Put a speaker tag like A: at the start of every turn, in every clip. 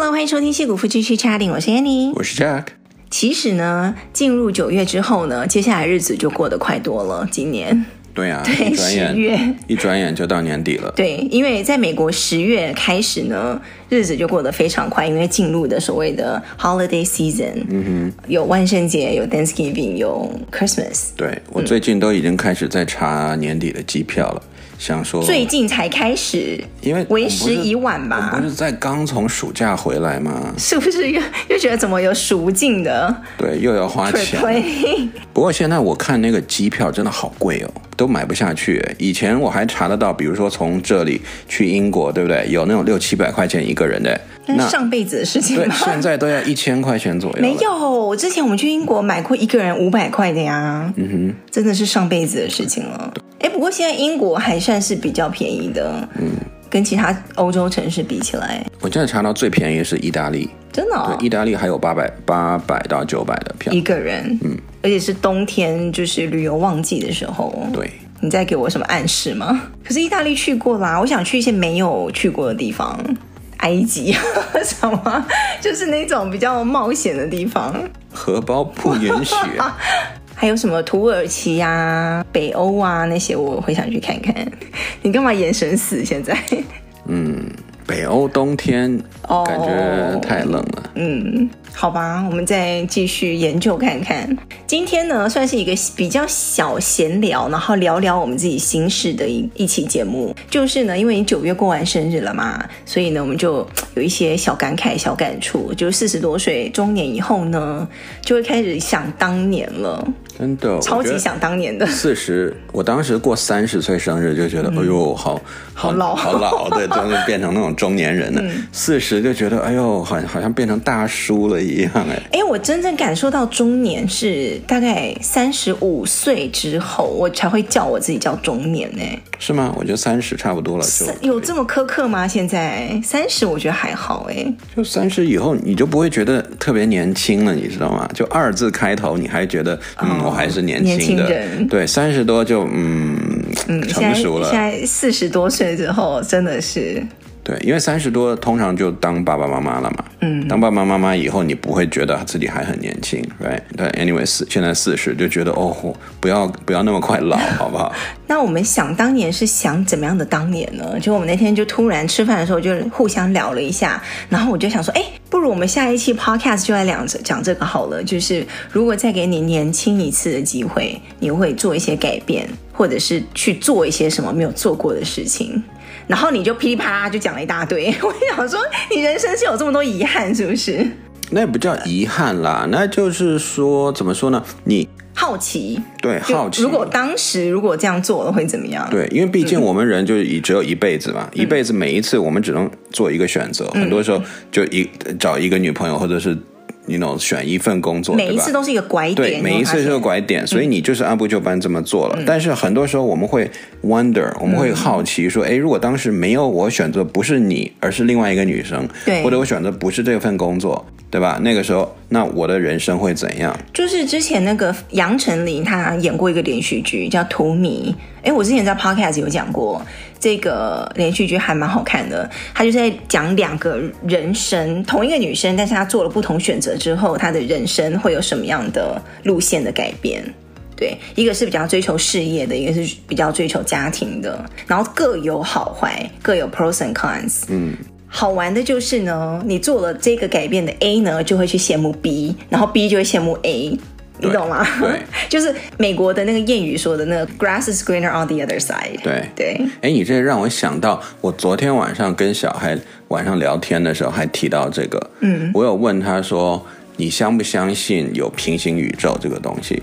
A: 们，欢迎收听戏骨夫妻去 chatting，我是 Annie，
B: 我是 Jack。
A: 其实呢，进入九月之后呢，接下来日子就过得快多了。今年
B: 对啊，
A: 对
B: 一转眼
A: 十月
B: 一转眼就到年底了。
A: 对，因为在美国十月开始呢，日子就过得非常快，因为进入的所谓的 holiday season，嗯哼，有万圣节，有 Thanksgiving，有 Christmas，
B: 对我最近都已经开始在查年底的机票了，想说
A: 最近才开始，
B: 因为
A: 为时已晚
B: 我不
A: 吧？
B: 是在刚从暑假回来吗？
A: 是不是又又觉得怎么有赎尽的
B: 对，又要花钱。
A: 对，
B: 不过现在我看那个机票真的好贵哦，都买不下去。以前我还查得到，比如说从这里去英国，对不对？有那种六七百块钱一个人的，
A: 那
B: 那
A: 是上辈子的事情
B: 对，
A: 吗？
B: 现在都要一千块钱左右了。
A: 没有，之前我们去英国买过一个人五百块的呀，嗯哼，真的是上辈子的事情了。哎，不过现在英国还算是比较便宜的，嗯，跟其他欧洲城市比起来，
B: 我现在查到最便宜是意大利，
A: 真的、哦
B: 对，意大利还有八百八百到九百的票
A: 一，个人，嗯，而且是冬天，就是旅游旺季的时候，
B: 对。
A: 你在给我什么暗示吗？可是意大利去过啦，我想去一些没有去过的地方，埃及啊什么，就是那种比较冒险的地方。
B: 荷包不允 许。
A: 啊还有什么土耳其呀、北欧啊那些，我会想去看 看。你干嘛眼神死？现在，
B: 北欧冬天
A: 哦
B: 感觉太冷了，
A: 嗯，好吧，我们再继续研究看看。今天呢，算是一个比较小闲聊，然后聊聊我们自己心事的一一期节目。就是呢，因为你九月过完生日了嘛，所以呢，我们就有一些小感慨、小感触。就是四十多岁中年以后呢，就会开始想当年了，
B: 真的，我
A: 超
B: 觉
A: 级
B: 得
A: 想当年的。
B: 四十，我当时过三十岁生日就觉得，哎呦，好好
A: 嗯老嗯
B: 好老， 对，就是变成那种中年人了。四十、就觉得，哎呦，好好像变成大叔了一样，哎，
A: 哎，我真正感受到中年是大概三十五岁之后，我才会叫我自己叫中年呢、
B: 是吗？我觉得三十差不多了，就
A: 三有这么苛刻吗？现在三十，我觉得还好哎、
B: 就三十以后，你就不会觉得特别年轻了，你知道吗？就二字开头，你还觉得，嗯，我还是年
A: 哦年轻
B: 轻的，
A: 人
B: 对，三十多就，嗯，
A: 嗯，现在
B: 成熟了
A: 现。在四十多岁之后，真的是
B: 对，因为三十多通常就当爸爸妈妈了嘛。嗯，当爸爸妈妈以后，你不会觉得自己还很年轻，right？但 anyway，四现在四十就觉得哦，我不要不要那么快老，好不好？
A: 那我们想当年是想怎么样的当年呢？就我们那天就突然吃饭的时候就互相聊了一下，然后我就想说，哎，不如我们下一期 podcast 就来讲这讲这个好了。就是如果再给你年轻一次的机会，你会做一些改变，或者是去做一些什么没有做过的事情。然后你就噼里啪啦就讲了一大堆， 我想说你人生是有这么多遗憾是不是？
B: 那也不叫遗憾啦，那就是说怎么说呢？你
A: 好奇，
B: 对
A: 就
B: 好奇，
A: 如果当时如果这样做了会怎么样？
B: 对，因为毕
A: 嗯
B: 竟我们人就是一只有一辈子嘛，一辈子每一次我们只能做一个选择，很
A: 嗯
B: 多时候就一找一个女朋友，或者是你 know 选一份工作，
A: 每一
B: 对吧
A: 次都是一个拐
B: 对，
A: 点，
B: 每一次是
A: 就嗯
B: 个拐点，所以你就是按部就班这么做了。但是很多时候我们会 wonder，我
A: 嗯
B: 们会好奇说，哎、如果当时没有我选择不是你，而是另外一个女生，
A: 对
B: 或者我选择不是这份工作，对吧？那个时候，那我的人生会怎样？
A: 就是之前那个杨丞琳，她演过一个连续剧叫《荼蘼》。哎，我之前在 podcast 有讲过这个连续剧，还蛮好看的。她就是在讲两个人生，同一个女生，但是她做了不同选择之后，她的人生会有什么样的路线的改变？对，一个是比较追求事业的，一个是比较追求家庭的，然后各有好坏，各有 pros and cons。好
B: 嗯
A: 玩的就是呢，你做了这个改变的 A 呢，就会去羡慕 B，然后 B 就会羡慕 A，你
B: 对
A: 懂吗？
B: 对，
A: 就是美国的那个谚语说的那个 “grass is greener on the other side”。
B: 对
A: 对，
B: 哎，你这让我想到，我昨天晚上跟小孩晚上聊天的时候还提到这个，嗯，我有问他说，你相不相信有平行宇宙这个东西？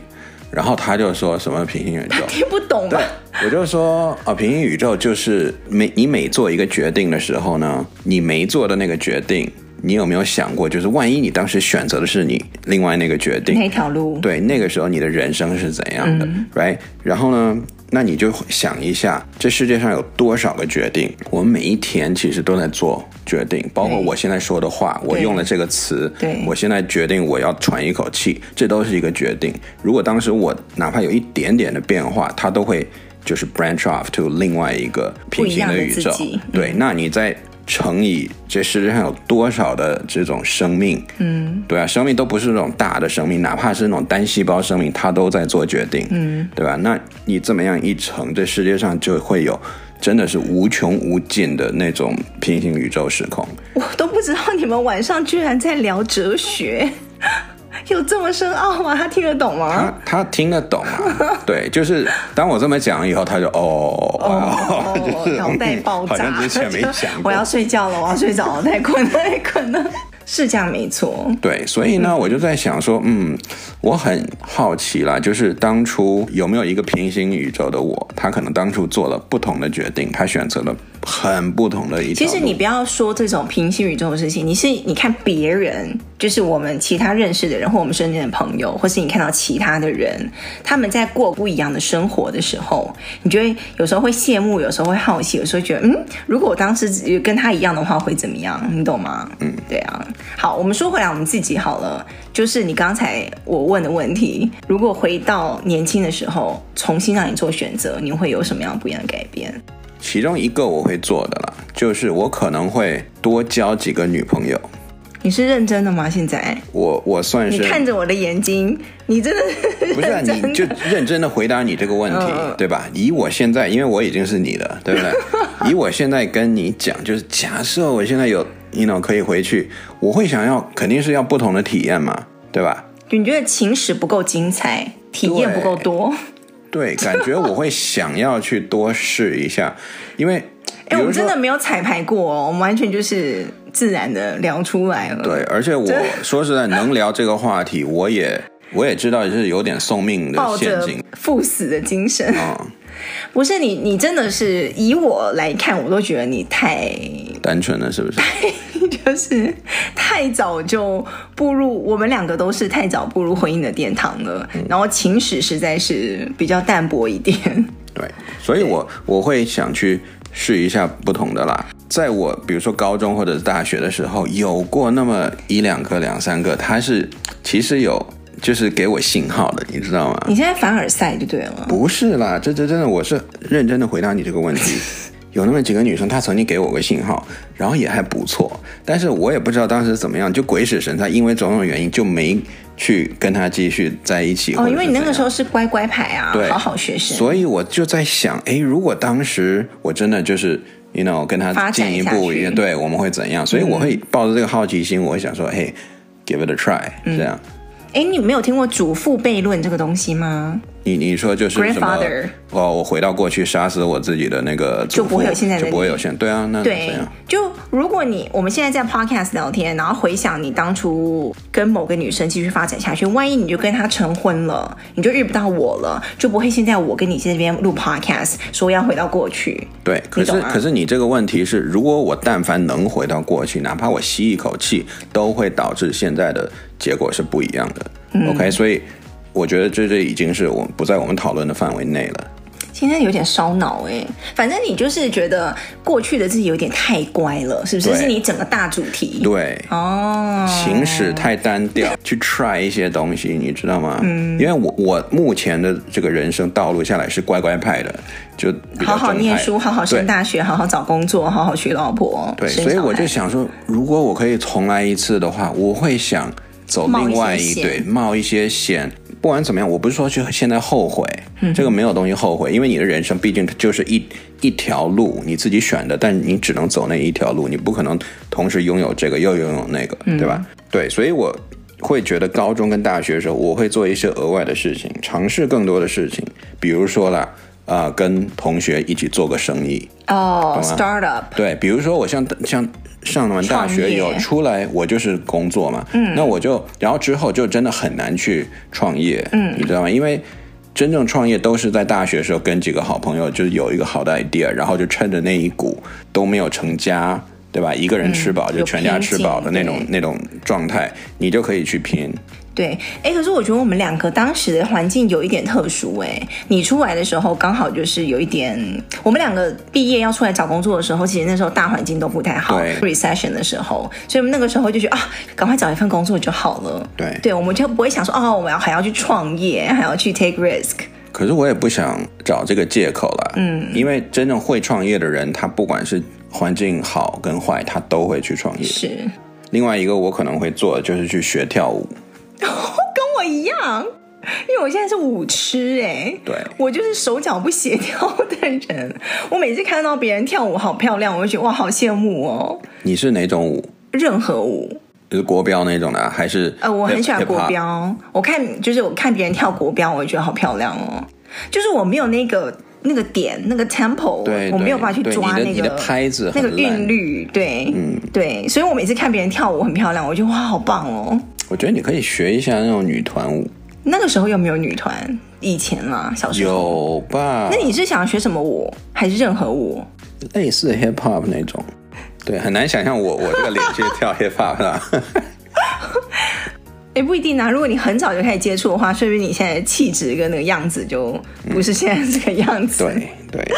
B: 然后他就说什么平行宇宙？
A: 听不懂啊吧？
B: 我就说啊，平行宇宙就是每你每做一个决定的时候呢，你没做的那个决定，你有没有想过，就是万一你当时选择的是你另外那个决定，
A: 那条路？
B: 对，那个时候你的人生是怎样的、r
A: 嗯
B: i g h t 然后呢，那你就想一下，这世界上有多少个决定？我们每一天其实都在做决定，包括
A: 对
B: 我现在说的话，我
A: 对
B: 用了这个词，
A: 对
B: 我现在决定我要喘一口气，这都是一个决定。如果当时我哪怕有一点点的变化，它都会就是 branch off to 另外一个平
A: 不一
B: 行
A: 样的
B: 宇宙
A: 自己。嗯
B: 对，那你在乘以这世界上有多少的这种生命，嗯，对啊，生命都不是那种大的生命，哪怕是那种单细胞生命，它都在做决定，嗯，对吧？那你怎么样一乘，这世界上就会有真的是无穷无尽的那种平行宇宙时空。
A: 我都不知道你们晚上居然在聊哲学， 有这么深奥吗？他听得懂吗？
B: 啊他听得懂 啊，对，就是当我这么讲以后，他就哦，哇哦
A: 哦
B: 就是
A: 脑袋
B: 嗯
A: 爆
B: 好
A: 炸，
B: 像之前没想
A: 我
B: 过。
A: 要睡觉了，我要睡着了，太困了，太困了。是这样没错，
B: 对，所以呢，我就在想说，嗯，我很好奇啦，就是当初有没有一个平行宇宙的我，他可能当初做了不同的决定，他选择了很不同的一条
A: 其
B: 路。
A: 实你不要说这种平行宇宙的事情，你是你看别人，就是我们其他认识的人，或我们身边的朋友，或是你看到其他的人，他们在过不一样的生活的时候，你就会有时候会羡慕，有时候会好奇，有时候觉得，嗯，如果我当时只跟他一样的话，会怎么样？你懂吗？嗯，对啊。好，我们说回来我们自己好了，就是你刚才我问的问题，如果回到年轻的时候，重新让你做选择，你会有什么样不一样的改变？
B: 其中一个我会做的啦，就是我可能会多交几个女朋友。
A: 你是认真的吗？现在？
B: 我我算是
A: 你看着我的眼睛，你真 的嗯
B: 不是、啊、你就认真的回答你这个问题，对吧？以我现在，因为我已经是你的，对不 对？以我现在跟你讲，就是假设我现在有，you know，可以回去，我会想要，肯定是要不同的体验嘛，对吧？
A: 你觉得情史不够精彩，体验不够多。
B: 对，感觉我会想要去多试一下，因为，比
A: 哎，我
B: 如
A: 们真
B: 说，
A: 的没有彩排过哦，我们完全就是自然的聊出来了。
B: 对，，而且我说实在，能聊这个话题，我也我也知道，就是有点送命的
A: 抱
B: 陷
A: 着
B: 阱
A: 赴死的精神。
B: 啊、嗯
A: 不是你，你真的是以我来看，我都觉得你太
B: 单纯的是不是？
A: 就是 太早就步入，我们两个都是太早步入婚姻的殿堂了。
B: 嗯
A: 然后情史实在是比较淡薄一点。
B: 对，所以我我会想去试一下不同的啦。在我比如说高中或者是大学的时候，有过那么一两个、两三个，他是其实有就是给我信号的，你知道吗？
A: 你现在凡尔赛就对了。
B: 不是啦，这这真的我是认真的回答你这个问 题。有那么几个女生，她曾经给我个信号，然后也还不错，但是我也不知道当时怎么样，就鬼使神差，因为种种原因就没去跟她继续在一起。
A: 哦，因为你那个
B: 候。
A: 时候是乖乖牌啊
B: 对，
A: 好好学生。
B: 所以我就在想，诶，如果当时我真的就是，you know，跟他
A: 发展
B: 进一
A: 下
B: 步，
A: 去嗯
B: 也对，我们会怎样？所以我会抱着这个好奇心，我会想说，嘿，give it a try，、这样。
A: 哎，你没有听过祖父悖论这个东西吗？
B: 你你说就是什么
A: Grandfather？
B: 哦，我回到过去杀死我自己的那个祖
A: 就不会
B: 父
A: 有现在的
B: 就不会
A: 你
B: 有现对啊，那怎
A: 对
B: 样？，
A: 就如果你我们现在在 podcast 聊天，然后回想你当初跟某个女生继续发展下去，万一你就跟她成婚了，你就遇不到我了，就不会现在我跟你这边录 podcast 说要回到过去。
B: 对，可是
A: 懂啊吗
B: 可是你这个问题是，如果我但凡能回到过去，哪怕我吸一口气，都会导致现在的结果是不一样的。OK，所
A: 嗯
B: 以我觉得这这已经是我们不在我们讨论的范围内了。
A: 今天有点烧脑哎、反正你就是觉得过去的自己有点太乖了，是不是？
B: 对
A: 这是你整个大主题
B: 对，
A: 哦。
B: 行驶太单调，去 try 一些东西，你知道吗？嗯，因为我我目前的这个人生道路下来是乖乖派的，就比较
A: 好好
B: 正
A: 念
B: 派
A: 书，好好
B: 对
A: 上大学，好好找工作，好好娶老婆。
B: 对，
A: 生
B: 所以
A: 小
B: 我就
A: 孩
B: 想说，如果我可以重来一次的话，我会想走
A: 冒一些
B: 另外一
A: 险
B: 对，冒一些险。不管怎么样，我不是说去现在后悔，这个没有东西后悔，因为你的人生毕竟就是一一条路，你自己选的，但你只能走那一条路，你不可能同时拥有这个又拥有那个，对吧？对，所以我会觉得高中跟大学的时候，我会做一些额外的事情，尝试更多的事情，比如说啦，啊、跟同学一起做个生意，
A: 哦
B: 懂吗
A: ，startup
B: 对，比如说我像像上完大
A: 创
B: 学
A: 业
B: 有出来，我就是工作嘛，嗯，那我就然后之后就真的很难去创业，嗯，你知道吗？因为真正创业都是在大学的时候跟几个好朋友，就是有一个好的 idea，然后就趁着那一股都没有成家，对吧？一个人吃饱、就全家吃饱的那种
A: 有拼劲
B: 那种状态，你就可以去拼。
A: 对，哎，可是我觉得我们两个当时的环境有一点特殊，哎，你出来的时候刚好就是有一点，我们两个毕业要出来找工作的时候，其实那时候大环境都不太好
B: 对
A: ，recession 的时候，所以我们那个时候就觉得啊，赶快找一份工作就好了。
B: 对
A: 对，我们就不会想说哦，我们要还要去创业，还要去 take risk。
B: 可是我也不想找这个借口了，嗯，因为真正会创业的人，他不管是环境好跟坏，他都会去创业。
A: 是
B: 另外一个我可能会做的就是去学跳舞，
A: 跟我一样，因为我现在是舞痴哎、
B: 对
A: 我就是手脚不协调的人。我每次看到别人跳舞好漂亮，我就觉得哇，好羡慕哦。
B: 你是哪种舞？
A: 任何舞，
B: 就是国标那种的啊，还是
A: 呃，我很喜欢
B: hip-
A: 国
B: hip-hop？
A: 标。我看就是我看别人跳国标，我就觉得好漂亮哦。就是我没有那个那个点，那个 tempo，
B: 对
A: 我没有
B: 对
A: 办法去
B: 对
A: 抓
B: 你的
A: 那
B: 你
A: 个
B: 的拍子
A: 那
B: 很
A: 个
B: 烂
A: 韵律，对，嗯，对。所以我每次看别人跳舞很漂亮，我就哇，好棒哦。
B: 我觉得你可以学一下那种女团舞，
A: 那个时候有没有女团？以前啦，小时候。
B: 有吧
A: 那？你是想学什么舞，还是任何舞？
B: 类似 hip hop 那种，对，很难想象我我这个脸去跳 hip hop 啦。
A: 也不一定啊。如果你很早就开始接触的话，说不定你现在的气质跟那个样子就不是现在这个样子。
B: 对对嗯对，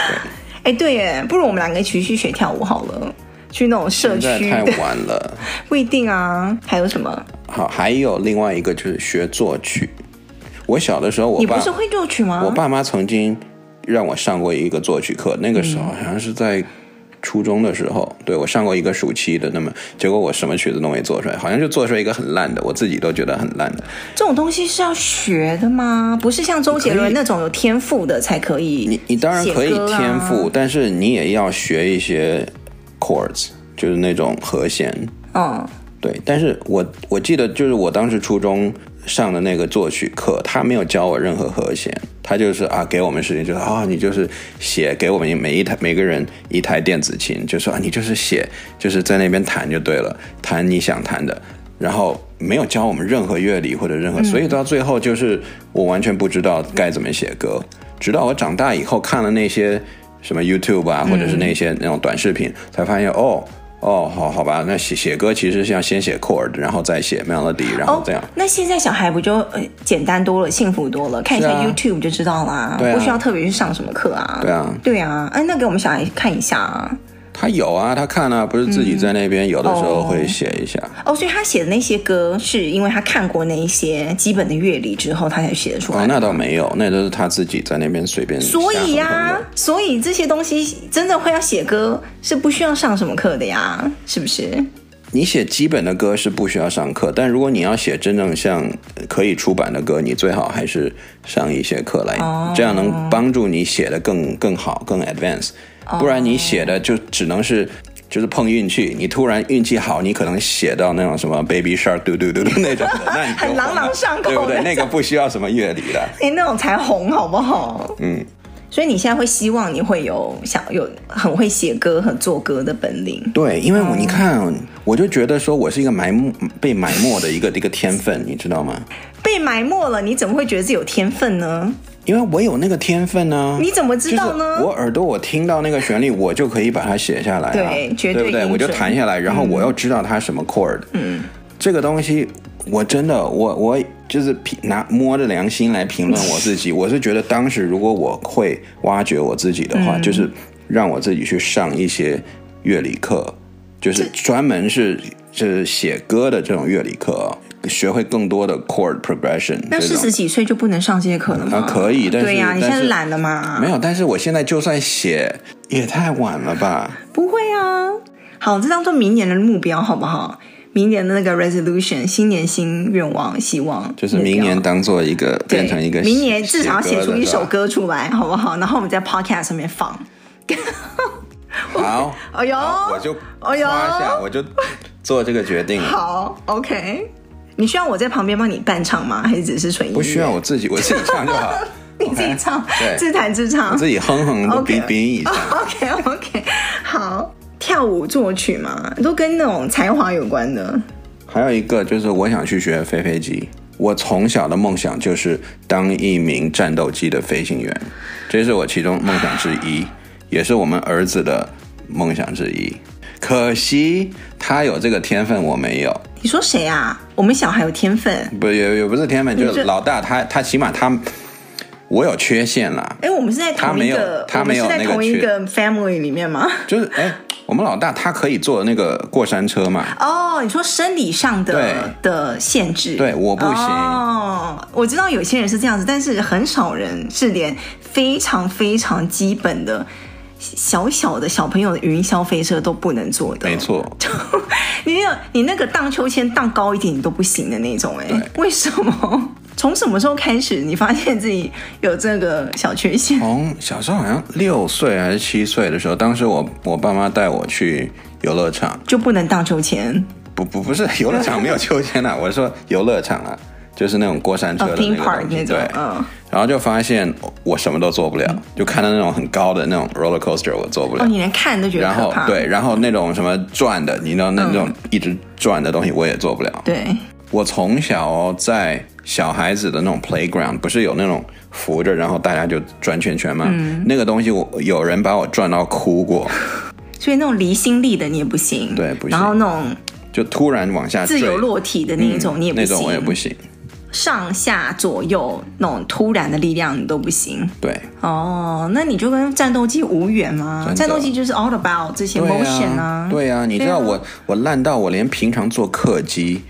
A: 哎，对耶，不如我们两个一起去学跳舞好了，去那种社
B: 现在
A: 区
B: 太
A: 的，
B: 晚了。
A: 不一定啊。还有什么？
B: 好，还有另外一个就是学作曲。我小的时候，我
A: 你
B: 爸
A: 不是会作曲吗？
B: 我爸妈曾经让我上过一个作曲课，那个时候
A: 嗯
B: 好像是在初中的时候，对我上过一个暑期的，那么结果我什么曲子都没做出来，好像就做出来一个很烂的，我自己都觉得很烂的。
A: 这种东西是要学的吗？不是像周杰
B: 可
A: 伦
B: 以
A: 那种有天赋的才可以
B: 你你当然可以
A: 写歌啊
B: 天赋，但是你也要学一些 chords，就是那种和弦。
A: 嗯，
B: 对，但是我我记得就是我当时初中上的那个作曲课，他没有教我任何和弦，他就是啊给我们时间就是啊你就是写给我们每一台每个人一台电子琴，就说啊你就是写就是在那边弹就对了，弹你想弹的，然后没有教我们任何乐理或者任何，所以到最后就是我完全不知道该怎么写歌，直到我长大以后看了那些什么 YouTube 啊，或者
A: 嗯
B: 是那些那种短视频，才发现哦。哦，好好吧，那写写歌其实是要先写 chord，然后再写 melody，然后
A: 哦
B: 这样。，
A: 那现在小孩不就呃简单多了，幸福多了，看一下
B: 是啊
A: YouTube 就知道啦，
B: 对啊
A: 不需要特别去上什么课啊。
B: 对啊
A: 对啊，哎、那给我们小孩看一下啊。
B: 他有啊，他看啊，不是自己在那边有的时候会写一下。
A: 嗯哦，所以他写的那些歌，是因为他看过那一些基本的乐理之后，他才写得出
B: 哦，
A: 来。
B: 那倒没有，那都是他自己在那边随便瞎
A: 所
B: 哼哼的。
A: 以呀、所以这些东西真的会要写歌，是不需要上什么课的呀，是不是？
B: 你写基本的歌是不需要上课，但如果你要写真正像呃可以出版的歌，你最好还是上一些课来，
A: 哦
B: 这样能帮助你写的更更好、更 advance。不然你写的就只能是就是碰运气，你突然运气好，你可能写到那种什么 baby shark 嘟嘟嘟嘟那种的，那你 就
A: 很朗朗上口的
B: 对不对？那个不需要什么乐理的。
A: 哎，那种才红，好不好？
B: 嗯。
A: 所以你现在会希望你会有想有很会写歌和做歌的本领，
B: 对，因为
A: 嗯
B: 我你看，我就觉得说我是一个埋没被埋没的一个一个天分，你知道吗？
A: 被埋没了，你怎么会觉得自己有天分呢？
B: 因为我有那个天分呢、
A: 你怎么知道呢
B: 就是嗯我耳朵我听到那个旋律，我就可以把它写下来、啊，
A: 对绝对
B: 对不对？
A: 音准
B: 我就弹下来，然后我又知道它什么 chord。嗯，这个东西我真的，我我就是评拿摸着良心来评论我自己，我是觉得当时如果我会挖掘我自己的
A: 嗯
B: 话，就是让我自己去上一些乐理课，就是专门是就是写歌的这种乐理课啊，学会更多的 chord progression 这种。
A: 那四十几岁就不能上这些课了吗？
B: 啊，可以，但是
A: 对呀、你现在
B: 但是
A: 懒了嘛？
B: 没有，但是我现在就算写，也太晚了吧？
A: 不会啊。好，这当做明年的目标好不好？明年的那个 resolution，新年新愿望、希望，
B: 就是
A: 目标
B: 明年当做一个
A: 对
B: 变成一个
A: 明年至少要写出一首
B: 歌
A: 歌出来，好不好？然后我们在 podcast 上面放。
B: 的是吧。 好，
A: 哎呦，
B: 好我就夸
A: 哎
B: 一
A: 呦，
B: 下，我就做这个决定了。
A: 好，OK。你需要我在旁边帮你伴唱吗？还是只是纯音乐？
B: 不需要我自己，我自己唱就好，
A: 你自己唱
B: 对，
A: 自弹自唱
B: 我。自己哼哼的
A: OK 啊
B: 比比一下。
A: OK OK，好，跳舞作曲嘛，都跟那种才华有关的。
B: 还有一个就是，我想去学飞飞机。我从小的梦想就是当一名战斗机的飞行员，这是我其中梦想之一，也是我们儿子的梦想之一。可惜他有这个天分，我没有。
A: 你说谁啊？我们小孩有天分。
B: 不也也不是天分，就
A: 这
B: 是老大他他起码他我有缺陷啦，
A: 哎，我们是在
B: 他
A: 同
B: 没
A: 一
B: 有
A: 个，
B: 他没有
A: 我们是在
B: 那个
A: 同一
B: 缺
A: 个 family 里面 吗？
B: 就是哎，我们老大他可以坐那个过山车嘛，
A: 哦，你说生理上的
B: 对
A: 的限制，
B: 对我不行
A: 哦，我知道有些人是这样子，但是很少人是连非常非常基本的小小的小朋友的语音消费车都不能做的。
B: 没错，
A: 你有你那个荡秋千荡高一点你都不行的那种哎、
B: 对
A: 为什么？ 从什么时候开始你发现自己有这个小缺陷？
B: 从小时候好像六岁还是七岁的时候，当时我我爸妈带我去游乐场，
A: 就不能荡秋千
B: 不不不是游乐场没有秋千啦，我是说游乐场啊，就是那种过山车
A: 哦
B: 的那
A: ，theme
B: 个
A: park
B: 东西
A: 那种
B: 对，，
A: 嗯，
B: 然后就发现我什么都做不了，就看到那种很高的那种 roller coaster 我做不了，
A: 哦，你连看都觉得
B: 然
A: 可
B: 后
A: 怕，
B: 对，然后那种什么转的，你知道那那种一直转的东西我也做不了。
A: 对，
B: 我从小哦，在小孩子的那种 playground，不是有那种扶着，然后大家就转圈圈吗？
A: 嗯
B: 那个东西我有人把我转到哭过，
A: 所以那种离心力的你也不行，
B: 对不行
A: 然后那种
B: 就突然往下坠
A: 自由落体的那一种你也不
B: 那
A: 行，
B: 种我也不行。
A: 上下左右那种突然的力量你都不行。
B: 对，
A: 哦，那你就跟战斗机无缘吗？
B: 真的
A: 战斗机就是 all about 这些
B: 对
A: motion
B: 啊，对啊，你知道我、我烂到我连平常坐客机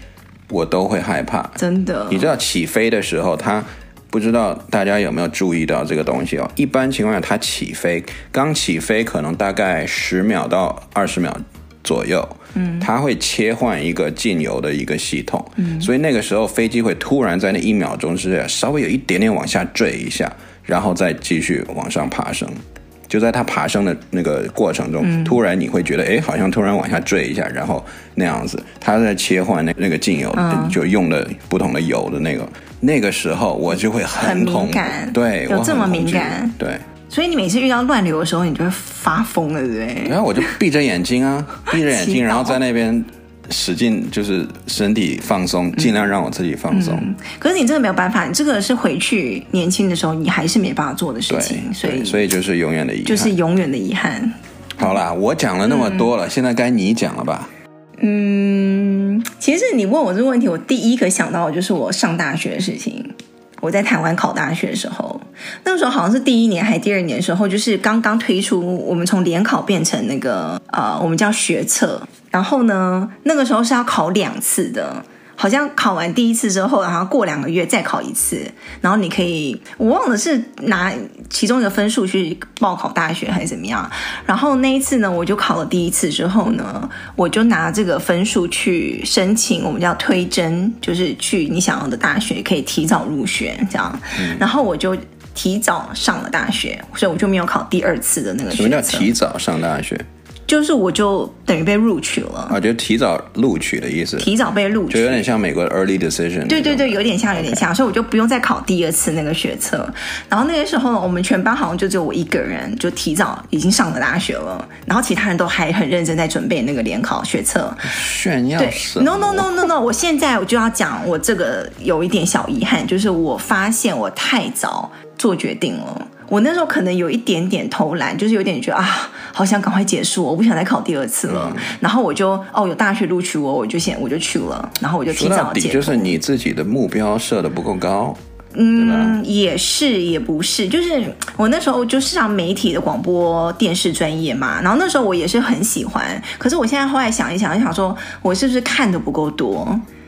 B: 我都会害怕。
A: 真的
B: 你知道起飞的时候，它不知道大家有没有注意到这个东西哦？一般情况下，它起飞刚起飞可能大概十秒到二十秒左右，嗯，它会切换一个进油的一个系统，嗯，所以那个时候飞机会突然在那一秒钟之内稍微有一点点往下坠一下，然后再继续往上爬升。就在它爬升的那个过程中，
A: 嗯
B: 突然你会觉得，哎，好像突然往下坠一下，然后那样子，它在切换那那个进油，
A: 嗯
B: 就用的不同的油的那个，那个时候我就会
A: 很
B: 很
A: 敏
B: 恐怖
A: 感
B: 对，
A: 有
B: 我
A: 这
B: 很
A: 么
B: 恐
A: 敏
B: 惧
A: 感
B: 对，
A: 所以你每次遇到乱流的时候，你就会发疯了，对不对？
B: 然后我就闭着眼 睛啊，闭着眼
A: 祈
B: 睛，
A: 祷
B: 然后在那边使劲就是身体放松，
A: 嗯
B: 尽量让我自己放松，
A: 可是你这个没有办法，你这个是回去年轻的时候你还是没办法做的事
B: 对
A: 情，，所以
B: 对，所以就是永远的遗憾。
A: 就是嗯永远的遗憾。
B: 好啦，我讲了那么多了，现在该你讲了吧？
A: 嗯，其实你问我这个问题，我第一个想到的就是我上大学的事情。我在台湾考大学的时候，那个时候好像是第一年还是第二年的时候，就是刚刚推出我们从联考变成那个呃，我们叫学测。然后呢，那个时候是要考两次的，好像考完第一次之后，然后过两个月再考一次，然后你可以，我忘了是拿其中一个分数去报考大学还是怎么样。然后那一次呢，我就考了第一次之后呢，我就拿这个分数去申请，我们叫推甄，就是去你想要的大学可以提早入学这样。
B: 嗯
A: 然后我就提早上了大学，所以我就没有考第二次的那个学测。
B: 什么叫提早上大学？
A: 就是我就等于被录取了，
B: 啊，就提早录取的意思，
A: 提早被录取，
B: 就有点像美国的 early decision。
A: 对对对，，有点像，有点像，所以我就不用再考第二次那个学测。然后那个时候呢，我们全班好像就只有我一个人，就提早已经上了大学了，然后其他人都还很认真在准备那个联考学测。
B: 炫耀
A: 对
B: 什么
A: ，no no no no no，我现在我就要讲，我这个有一点小遗憾，就是我发现我太早做决定了。我那时候可能有一点点偷懒，就是有点觉得啊，好想赶快结束，哦我不想再考第二次了。
B: 嗯
A: 然后我就哦，有大学录取我，我就先我就去了，然后我就提
B: 说
A: 早
B: 到
A: 结
B: 底就是你自己的目标设的不够高，
A: 嗯，也是也不是，就是我那时候就是上媒体的广播电视专业嘛，然后那时候我也是很喜欢，可是我现在后来想一想，就想说我是不是看的不够多，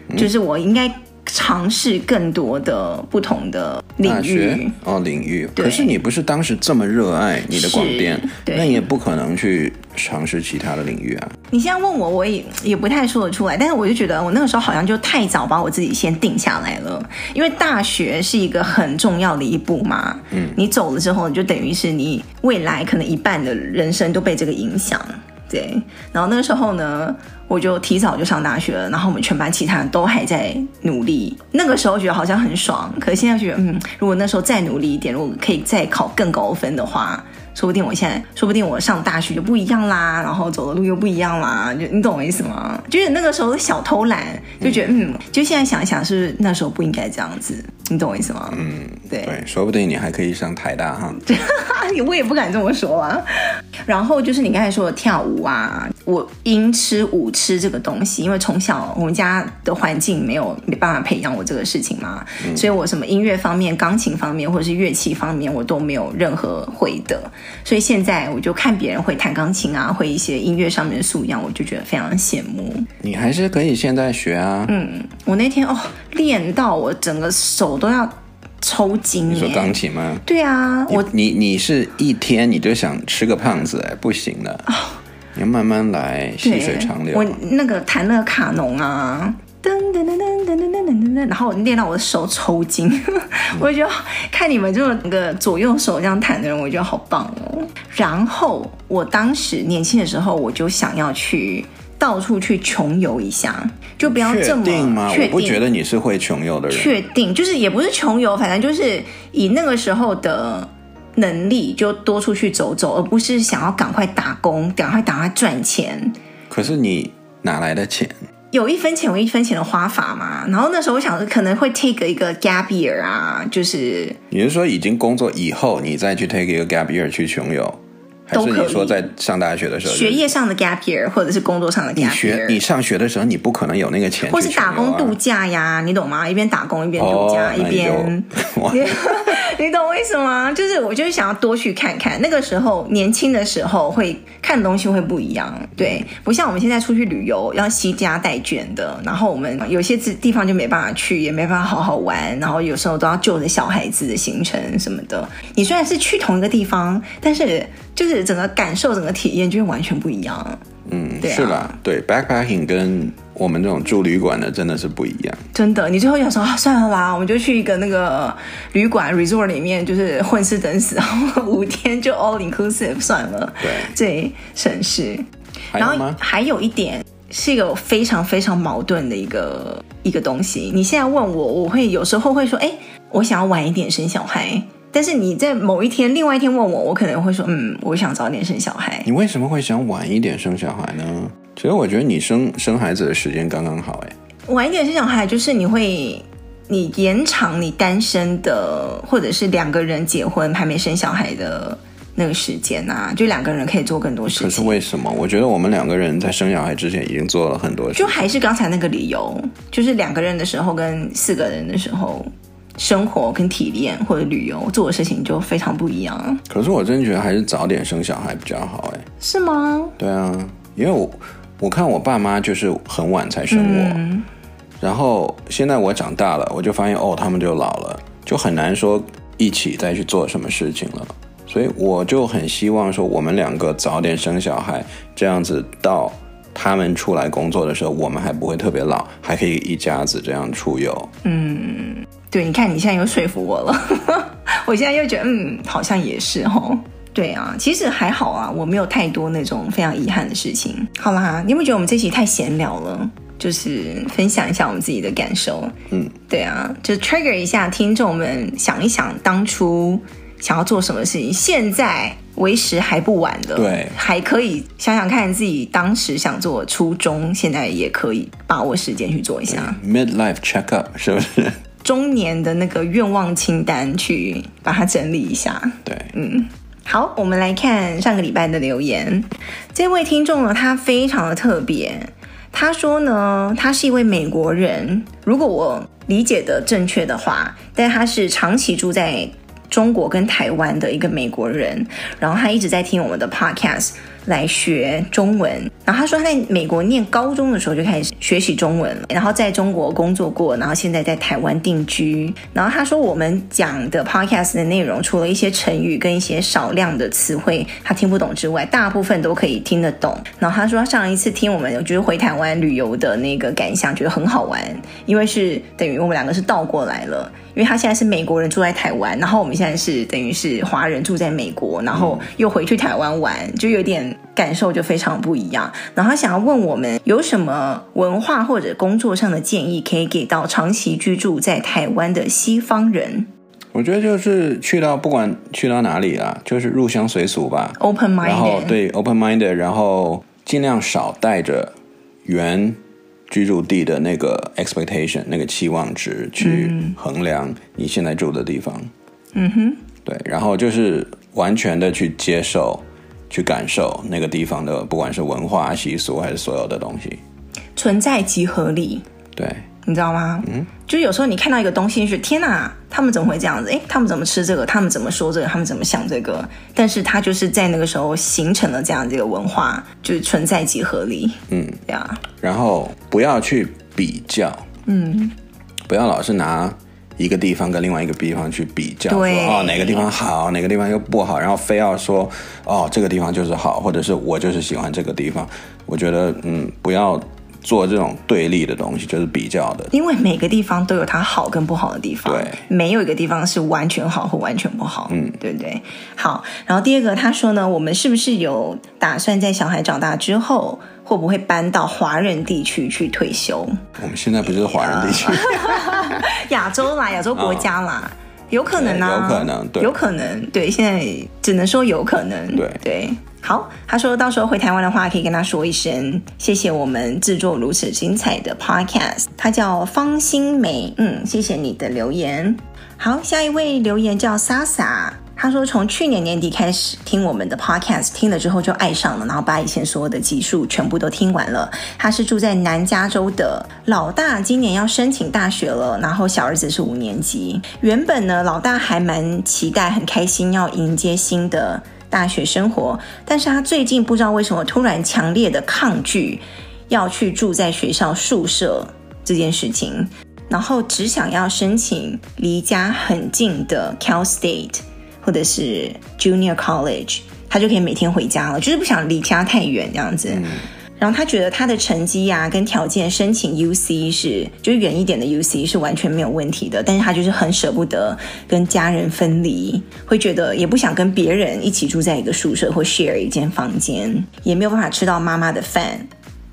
B: 嗯
A: 就是我应该尝试更多的不同的领
B: 大学
A: 域。
B: 哦领域。
A: 对
B: 可是你不是当时这么热爱你的广电
A: 是，对
B: 那也不可能去尝试其他的领域啊。
A: 你现在问我，我也也不太说得出来，但是我就觉得我那个时候好像就太早把我自己先定下来了，因为大学是一个很重要的一步嘛。嗯，你走了之后，就等于是你未来可能一半的人生都被这个影响。对，然后那个时候呢，我就提早就上大学了，然后我们全班其他人都还在努力。那个时候觉得好像很爽，可是现在觉得，嗯，如果那时候再努力一点，如果可以再考更高分的话，说不定我现在，说不定我上大学就不一样啦，然后走的路又不一样啦，就你懂我意思吗？就是那个时候的小偷懒，就觉得，嗯，就现在想一想，是不是那时候不应该这样子？你懂我意思吗？嗯，对。
B: 对，说不定你还可以上台大哈。
A: 我也不敢这么说啊。然后就是你刚才说的跳舞啊，我应吃舞吃这个东西，因为从小我们家的环境没有没办法培养我这个事情嘛，
B: 嗯
A: 所以我什么音乐方面、钢琴方面或者是乐器方面，我都没有任何会的。所以现在我就看别人会弹钢琴啊，会一些音乐上面的素养，我就觉得非常羡慕。
B: 你还是可以现在学啊。嗯，
A: 我那天哦，练到我整个手都要抽筋、欸。
B: 你说钢琴吗？
A: 对啊，
B: 你
A: 我
B: 你你是一天你就想吃个胖子，哎，不行的，你要慢慢来，细水长流
A: 哦
B: 啊
A: 我。那个弹那个卡农啊，噔噔噔噔噔噔噔噔噔噔，然后我练到我的手抽筋，我就觉得看你们这种个左右手这样弹的人，我觉得好棒哦。然后我当时年轻的时候，我就想要去。到处去穷游一下，就不要
B: 确
A: 这么
B: 定吗？
A: 确
B: 我不觉得你是会穷游的人。
A: 确定，就是也不是穷游，反正就是以那个时候的能力，就多出去走走，而不是想要赶快打工，赶快赶快赚钱。
B: 可是你哪来的钱？
A: 有一分钱有一分钱的花法嘛。然后那时候我想可能会 take 一个 gap year 啊，就是
B: 你是说已经工作以后，你再去 take 一个 gap year 去穷游，还
A: 都
B: 是
A: 可以
B: 你说在上大学的时候就
A: 学
B: 是？
A: 业上的 gap year，或者是工作上的
B: 你
A: gap
B: 学
A: year。
B: 你上学的时候，你不可能有那个钱去
A: 或是打
B: 穷游
A: 工
B: 啊
A: 度假呀，你懂吗？一边打工一边度假，
B: 哦，
A: 一
B: 那你
A: 边啊
B: 就哇，
A: 你懂我意思吗？就是我就是想要多去看看，那个时候年轻的时候会看的东西会不一样，对，不像我们现在出去旅游要惜家带眷的，然后我们有些地地方就没办法去，也没办法好好玩，然后有时候都要救着小孩子的行程什么的。你虽然是去同一个地方，但是就是整个感受、整个体验就会完全不一样，
B: 嗯，
A: 对啊
B: 是啦，对，backpacking 跟我们这种住旅馆的真的是不一样。
A: 真的。你最后就想说啊，算了啦，我们就去一个那个旅馆 resort 里面，就是混吃等死，然后五天就 all inclusive 算了。
B: 对，
A: 最省事。
B: 还
A: 然
B: 有
A: 后
B: 吗？
A: 还有一点是一个非常非常矛盾的一个一个东西。你现在问我，我会有时候会说，哎，我想要晚一点生小孩。但是你在某一天，另外一天问我，我可能会说，嗯，我想早点生小孩。
B: 你为什么会想晚一点生小孩呢？其实我觉得你生生孩子的时间刚刚好，哎，
A: 晚一点生小孩，就是你会你延长你单身的，或者是两个人结婚还没生小孩的那个时间啊，就两个人可以做更多事
B: 可是
A: 情。
B: 为什么？我觉得我们两个人在生小孩之前已经做了很多事
A: 就。还是刚才那个理由，就是两个人的时候跟四个人的时候，生活跟体验或者旅游做的事情就非常不一样，
B: 可是我真觉得还是早点生小孩比较好，哎，
A: 是吗？
B: 对啊，因为我我看我爸妈就是很晚才
A: 嗯
B: 生我，然后现在我长大了，我就发现哦，他们就老了，就很难说一起再去做什么事情了。所以我就很希望说，我们两个早点生小孩，这样子到他们出来工作的时候，我们还不会特别老，还可以一家子这样出游。
A: 对，你看你现在又说服我了， 我现在又觉得嗯，好像也是哦。对啊，其实还好啊，我没有太多那种非常遗憾的事情。好啦，你有没有觉得我们这期太闲聊了？就是分享一下我们自己的感受。
B: 嗯，
A: 对啊，就 trigger 一下听众们想一想当初想要做什么事情，现在为时还不晚的，
B: 对
A: 还可以想想看自己当时想做的初衷，现在也可以把握时间去做一下。
B: Midlife check up 是不是？
A: 中年的那个愿望清单去把它整理一下。
B: 对，
A: 好，我们来看上个礼拜的留言。这位听众呢，他非常的特别。他说呢，他是一位美国人，如果我理解的正确的话，但他是长期住在中国跟台湾的一个美国人，然后他一直在听我们的 podcast 来学中文。然后他说他在美国念高中的时候就开始学习中文了，然后在中国工作过，然后现在在台湾定居。然后他说我们讲的 podcast 的内容，除了一些成语跟一些少量的词汇他听不懂之外，大部分都可以听得懂。然后他说他上一次听我们就是回台湾旅游的那个感想，觉得很好玩，因为是等于我们两个是倒过来了。因为他现在是美国人住在台湾，然后我们现在是等于是华人住在美国，然后又回去台湾玩，就有点感受就非常不一样。然后他想要问我们有什么文化或者工作上的建议可以给到长期居住在台湾的西方人
B: 我觉得就是去到不管去到哪里啦，就是入乡随俗吧。
A: ，open
B: 然后
A: minded，
B: 对 open minded，然后尽量少带着原居住地的那个 expectation 那个期望值去衡量你现在住的地方。嗯哼，对，然后就是完全的去接受、去感受那个地方的，不管是文化习俗还是所有的东西。
A: 存在即合理。
B: 对，
A: 你知道吗？嗯，就是有时候你看到一个东西，你觉得天哪，他们怎么会这样子？诶，他们怎么吃这个？他们怎么说这个？他们怎么想这个？但是他就是在那个时候形成了这样的一个文化，就是存在即合理。嗯，对啊，
B: 然后不要去比较，嗯，不要老是拿一个地方跟另外一个地方去比较，说
A: 对
B: 哦哪个地方好，哪个地方又不好，然后非要说哦这个地方就是好，或者是我就是喜欢这个地方。我觉得嗯，不要做这种对立的东西，就是比较的。
A: 因为每个地方都有它好跟不好的地方，
B: 对
A: 没有一个地方是完全好或完全不好，嗯，对不对？好，然后第二个他说呢，我们是不是有打算在小孩长大之后，会不会搬到华人地区去退休？
B: 我们现在不就是华人地区，
A: 亚洲啦，亚洲国家啦，有可能啊，
B: 嗯对
A: 有
B: 有可能对
A: 可能，对，现在只能说有可能，
B: 对
A: 对。好，他说到时候回台湾的话，可以跟他说一声，谢谢我们制作如此精彩的 podcast。他叫方心梅，嗯，谢谢你的留言。好，下一位留言叫莎莎，他说从去年年底开始听我们的 podcast，听了之后就爱上了，然后把以前所有的集数全部都听完了。他是住在南加州的，老大今年要申请大学了，然后小儿子是五年级。原本呢，老大还蛮期待、很开心要迎接新的大学生活，但是他最近不知道为什么突然强烈的抗拒要去住在学校宿舍这件事情。然后只想要申请离家很近的 Cal State 或者是 Junior College，他就可以每天回家了，就是不想离家太远这样子。然后他觉得他的成绩呀、跟条件申请 UC 是就是远一点的 UC 是完全没有问题的，但是他就是很舍不得跟家人分离，会觉得也不想跟别人一起住在一个宿舍或 share 一间房间，也没有办法吃到妈妈的饭，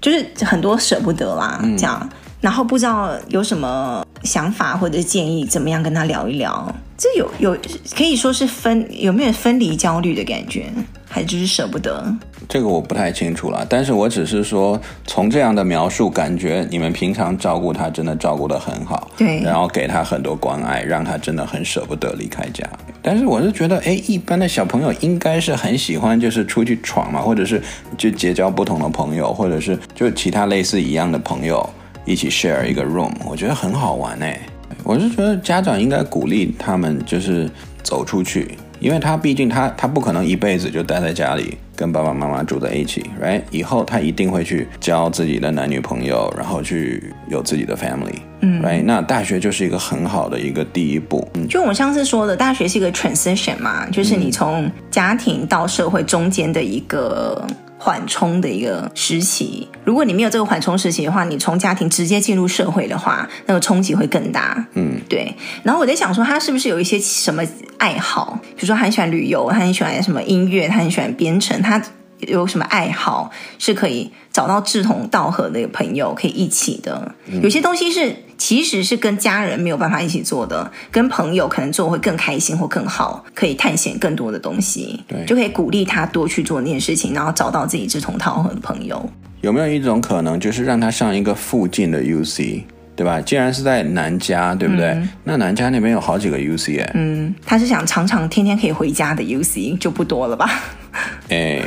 A: 就是很多舍不得啦，这样。然后不知道有什么想法或者建议，怎么样跟他聊一聊？这有有可以说是分有没有分离焦虑的感觉，还就是舍不得？
B: 这个我不太清楚了。但是我只是说，从这样的描述，感觉你们平常照顾他真的照顾得很好，
A: 对
B: 然后给他很多关爱，让他真的很舍不得离开家。但是我是觉得，哎，一般的小朋友应该是很喜欢就是出去闯啊嘛，或者是就结交不同的朋友，或者是就其他类似一样的朋友一起 share 一个 room，我觉得很好玩哎、我是觉得家长应该鼓励他们就是走出去，因为他毕竟他他不可能一辈子就待在家里跟爸爸妈妈住在一起，right？以后他一定会去交自己的男女朋友，然后去有自己的 family，嗯，right？那大学就是一个很好的一个第一步，嗯，
A: 就我上次说的，大学是一个 transition 嘛，就是你从家庭到社会中间的一个缓冲的一个时期。如果你没有这个缓冲时期的话，你从家庭直接进入社会的话，那个冲击会更大。嗯，对。然后我在想说，他是不是有一些什么爱好？比如说，他很喜欢旅游，他很喜欢什么音乐，他很喜欢编程，他。有什么爱好是可以找到志同道合的朋友可以一起的？
B: 嗯
A: 有些东西是其实是跟家人没有办法一起做的，跟朋友可能做会更开心或更好，可以探险更多的东西，
B: 对
A: 就可以鼓励他多去做那件事情，然后找到自己志同道合的朋友。
B: 有没有一种可能，就是让他上一个附近的 UC，对吧？既然是在南加，对不对？那南加那边有好几个 UC 哎、
A: 嗯，他是想常常天天可以回家的 UC 就不多了吧？
B: 哎，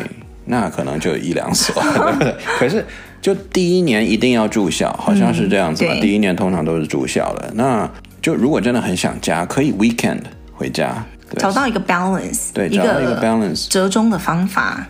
B: 那可能就一两所，对不对？可是就第一年一定要住校，好像是这样子吧？
A: 对
B: 第一年通常都是住校的。那就如果真的很想家，可以 weekend 回家，对
A: 找到一个 balance，
B: 对，
A: 一
B: 找到一个
A: 个
B: balance。
A: 折中的方法，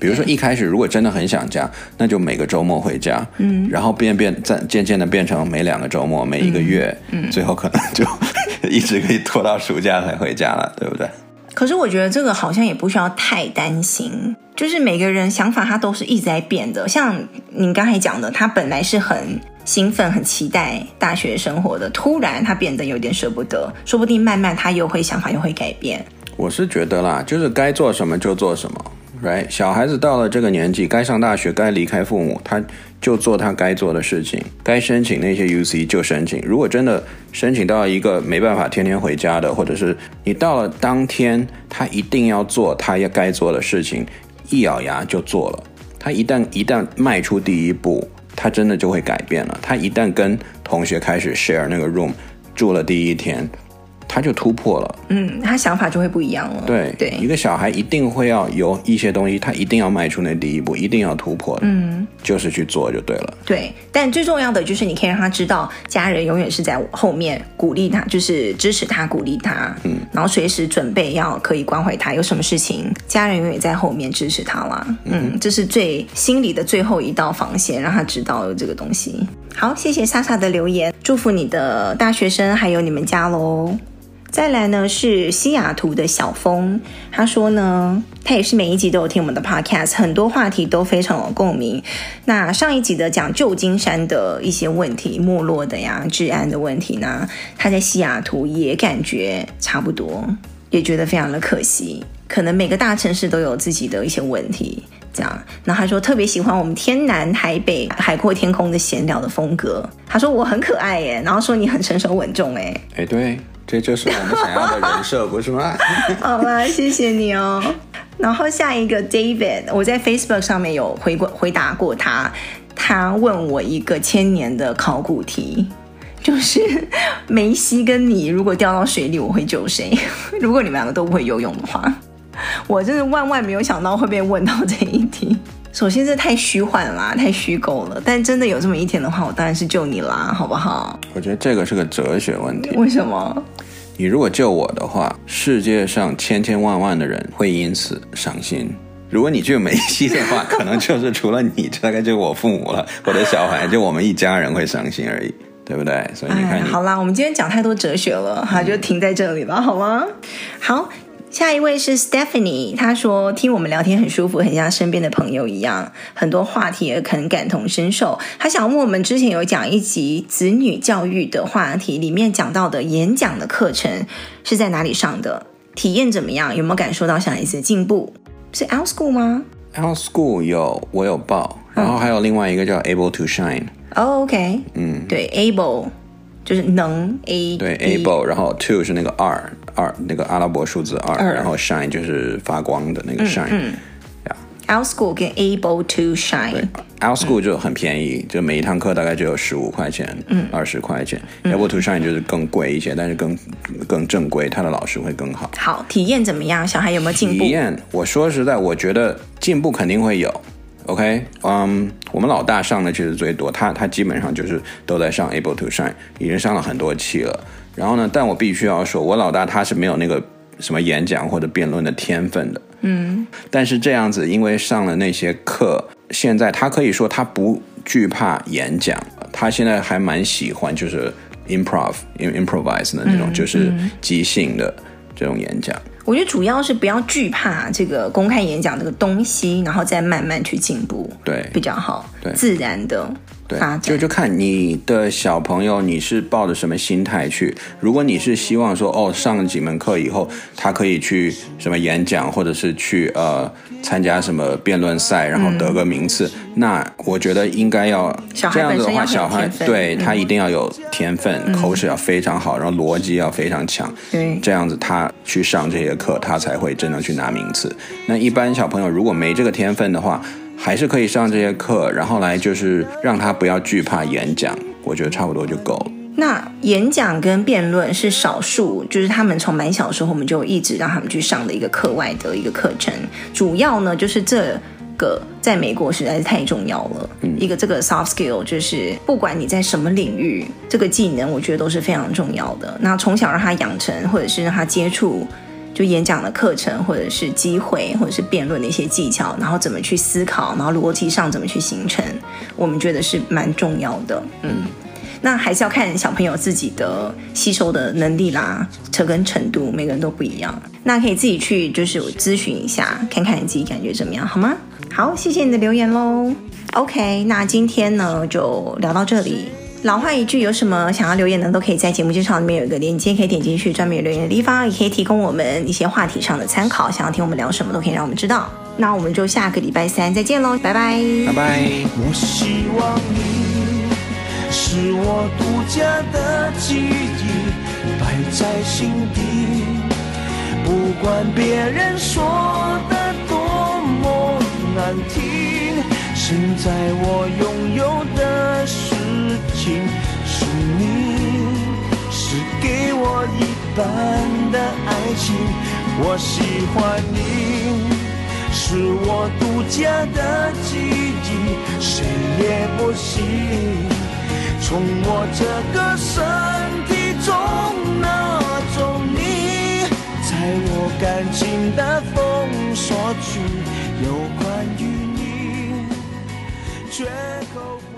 B: 比如说一开始如果真的很想家，那就每个周末回家，嗯，然后变变再渐渐的变成每两个周末、每一个月，嗯，最后可能就 一直可以拖到暑假才回家了，对不对？
A: 可是我觉得这个好像也不需要太担心，就是每个人想法他都是一直在变的。像你刚才讲的，他本来是很兴奋、很期待大学生活的，突然他变得有点舍不得，说不定慢慢他又会想法又会改变。
B: 我是觉得啦，就是该做什么就做什么，right？小孩子到了这个年纪，该上大学，该离开父母，他就做他该做的事情，该申请那些 UC 就申请。如果真的申请到一个没办法天天回家的，或者是你到了当天，他一定要做他要该做的事情，一咬牙就做了。他一旦一旦迈出第一步，他真的就会改变了。他一旦跟同学开始 share 那个 room，住了第一天，他就突破了。
A: 嗯，他想法就会不一样了。
B: 对一
A: 对，
B: 个小孩一定会要有一些东西，他一定要迈出那第一步，一定要突破的，嗯，就是去做就对了。
A: 对。但最重要的就是你可以让他知道，家人永远是在后面鼓励他，就是支持他、鼓励他，嗯，然后随时准备要可以关怀他，有什么事情，家人永远在后面支持他啦。嗯，这是最心里的最后一道防线，让他知道有这个东西。好，谢谢莎莎的留言，祝福你的大学生还有你们家喽。再来呢是西雅图的小峰，他说呢，他也是每一集都有听我们的 podcast，很多话题都非常有共鸣。那上一集的讲旧金山的一些问题，没落的呀、治安的问题呢，他在西雅图也感觉差不多，也觉得非常的可惜。可能每个大城市都有自己的一些问题，这样。然后他说特别喜欢我们天南海北、海阔天空的闲聊的风格。他说我很可爱耶，然后说你很成熟稳重哎。
B: 哎，对，这就是我们想要的人设，不是吗？
A: 好啦，谢谢你哦。然后下一个 David，我在 Facebook 上面有回过回答过他，他问我一个千年的考古题，就是 梅西跟你如果掉到水里，我会救谁？ 如果你们两个都不会游泳的话，我真的万万没有想到会被问到这一题。首先，这太虚幻啦，太虚构了。但真的有这么一天的话，我当然是救你啦，好不好？
B: 我觉得这个是个哲学问题。
A: 为什么？
B: 你如果救我的话，世界上千千万万的人会因此伤心。如果你救梅西的话，可能就是除了你，大概就我父母了，我的小孩，就我们一家人会伤心而已，对不对？所以你看嗯
A: 哎，
B: 你，
A: 好啦，我们今天讲太多哲学了，哈，就停在这里吧，好吗？好，下一位是 Stephanie，她说听我们聊天很舒服，很像身边的朋友一样，很多话题也很感同身受。她想问我们之前有讲一集子女教育的话题，里面讲到的演讲的课程是在哪里上的？体验怎么样？有没有感受到小孩子的进步？是 L School 吗
B: L School 有我有报，然后还有另外一个叫 Able to Shine，
A: 哦 o k 嗯，对，able 就是能 a
B: 对
A: B
B: Able，然后 to 是那个二二那个阿拉伯数字
A: 二
B: 二，嗯然后 Shine 就是发光的那个 Shine。
A: L School 跟 able to shine。
B: L School 就很便宜，就每一堂课大概只有十五块钱，嗯，二十块钱。Able to Shine 就是更贵一些，但是更更正规，他的老师会更好。
A: 好，体验怎么样？小孩有没有进步
B: 体？验，我说实在，我觉得进步肯定会有。OK，嗯、我们老大上的其实最多，他他基本上就是都在上 Able to Shine，已经上了很多期了。然后呢，但我必须要说，我老大他是没有那个什么演讲或者辩论的天分的。
A: 嗯
B: 但是这样子，因为上了那些课，现在他可以说他不惧怕演讲，他现在还蛮喜欢就是 improv、improvise 的那
A: 嗯
B: 种，就是即兴的这种演讲。
A: 我觉得主要是不要惧怕这个公开演讲这个东西，然后再慢慢去进步，
B: 对
A: 比较好，
B: 对
A: 自然的
B: 对
A: 发，
B: 就
A: 展。
B: 就看你的小朋友你是抱着什么心态去。如果你是希望说，哦，上了几门课以后，他可以去什么演讲，或者是去呃参加什么辩论赛，然后得个名次，那我觉得应该要
A: 嗯小孩
B: 这样子的话，
A: 本身要
B: 小
A: 很有
B: 孩
A: 天分
B: 对
A: 嗯
B: 他一定要有天分，口齿要非常好，然后逻辑要非常强。
A: 对
B: 这样子他去上这些课，他才会真正去拿名次。那一般小朋友如果没这个天分的话，还是可以上这些课，然后来就是让他不要惧怕演讲，我觉得差不多就够了。
A: 那演讲跟辩论是少数，就是他们从蛮小的时候我们就一直让他们去上的一个课外的一个课程。主要呢，就是这个在美国实在是太重要了。一个这个 soft skill，就是不管你在什么领域，这个技能我觉得都是非常重要的。那从小让他养成，或者是让他接触。就演讲的课程，或者是机会，或者是辩论的一些技巧，然后怎么去思考，然后逻辑上怎么去形成，我们觉得是蛮重要的。嗯那还是要看小朋友自己的吸收的能力啦，这跟程度每个人都不一样。那可以自己去就是咨询一下，看看你自己感觉怎么样，好吗？好，谢谢你的留言喽。OK，那今天呢就聊到这里。老话一句，有什么想要留言的，都可以在节目介绍里面有一个链接，可以点进去专门有留言的地方，也可以提供我们一些话题上的参考。想要听我们聊什么，都可以让我们知道。那我们就下个礼拜三再见喽，拜拜。
B: 拜拜。
C: 我希望你是我独家的记忆，摆在心底。不管别人说的多么难听，现在我拥有的事情是你，是给我一半的爱情。我喜欢你。是我独家的记忆，谁也不行。从我这个身体中拿走你，在我感情的封锁区，有关于你绝口。不提。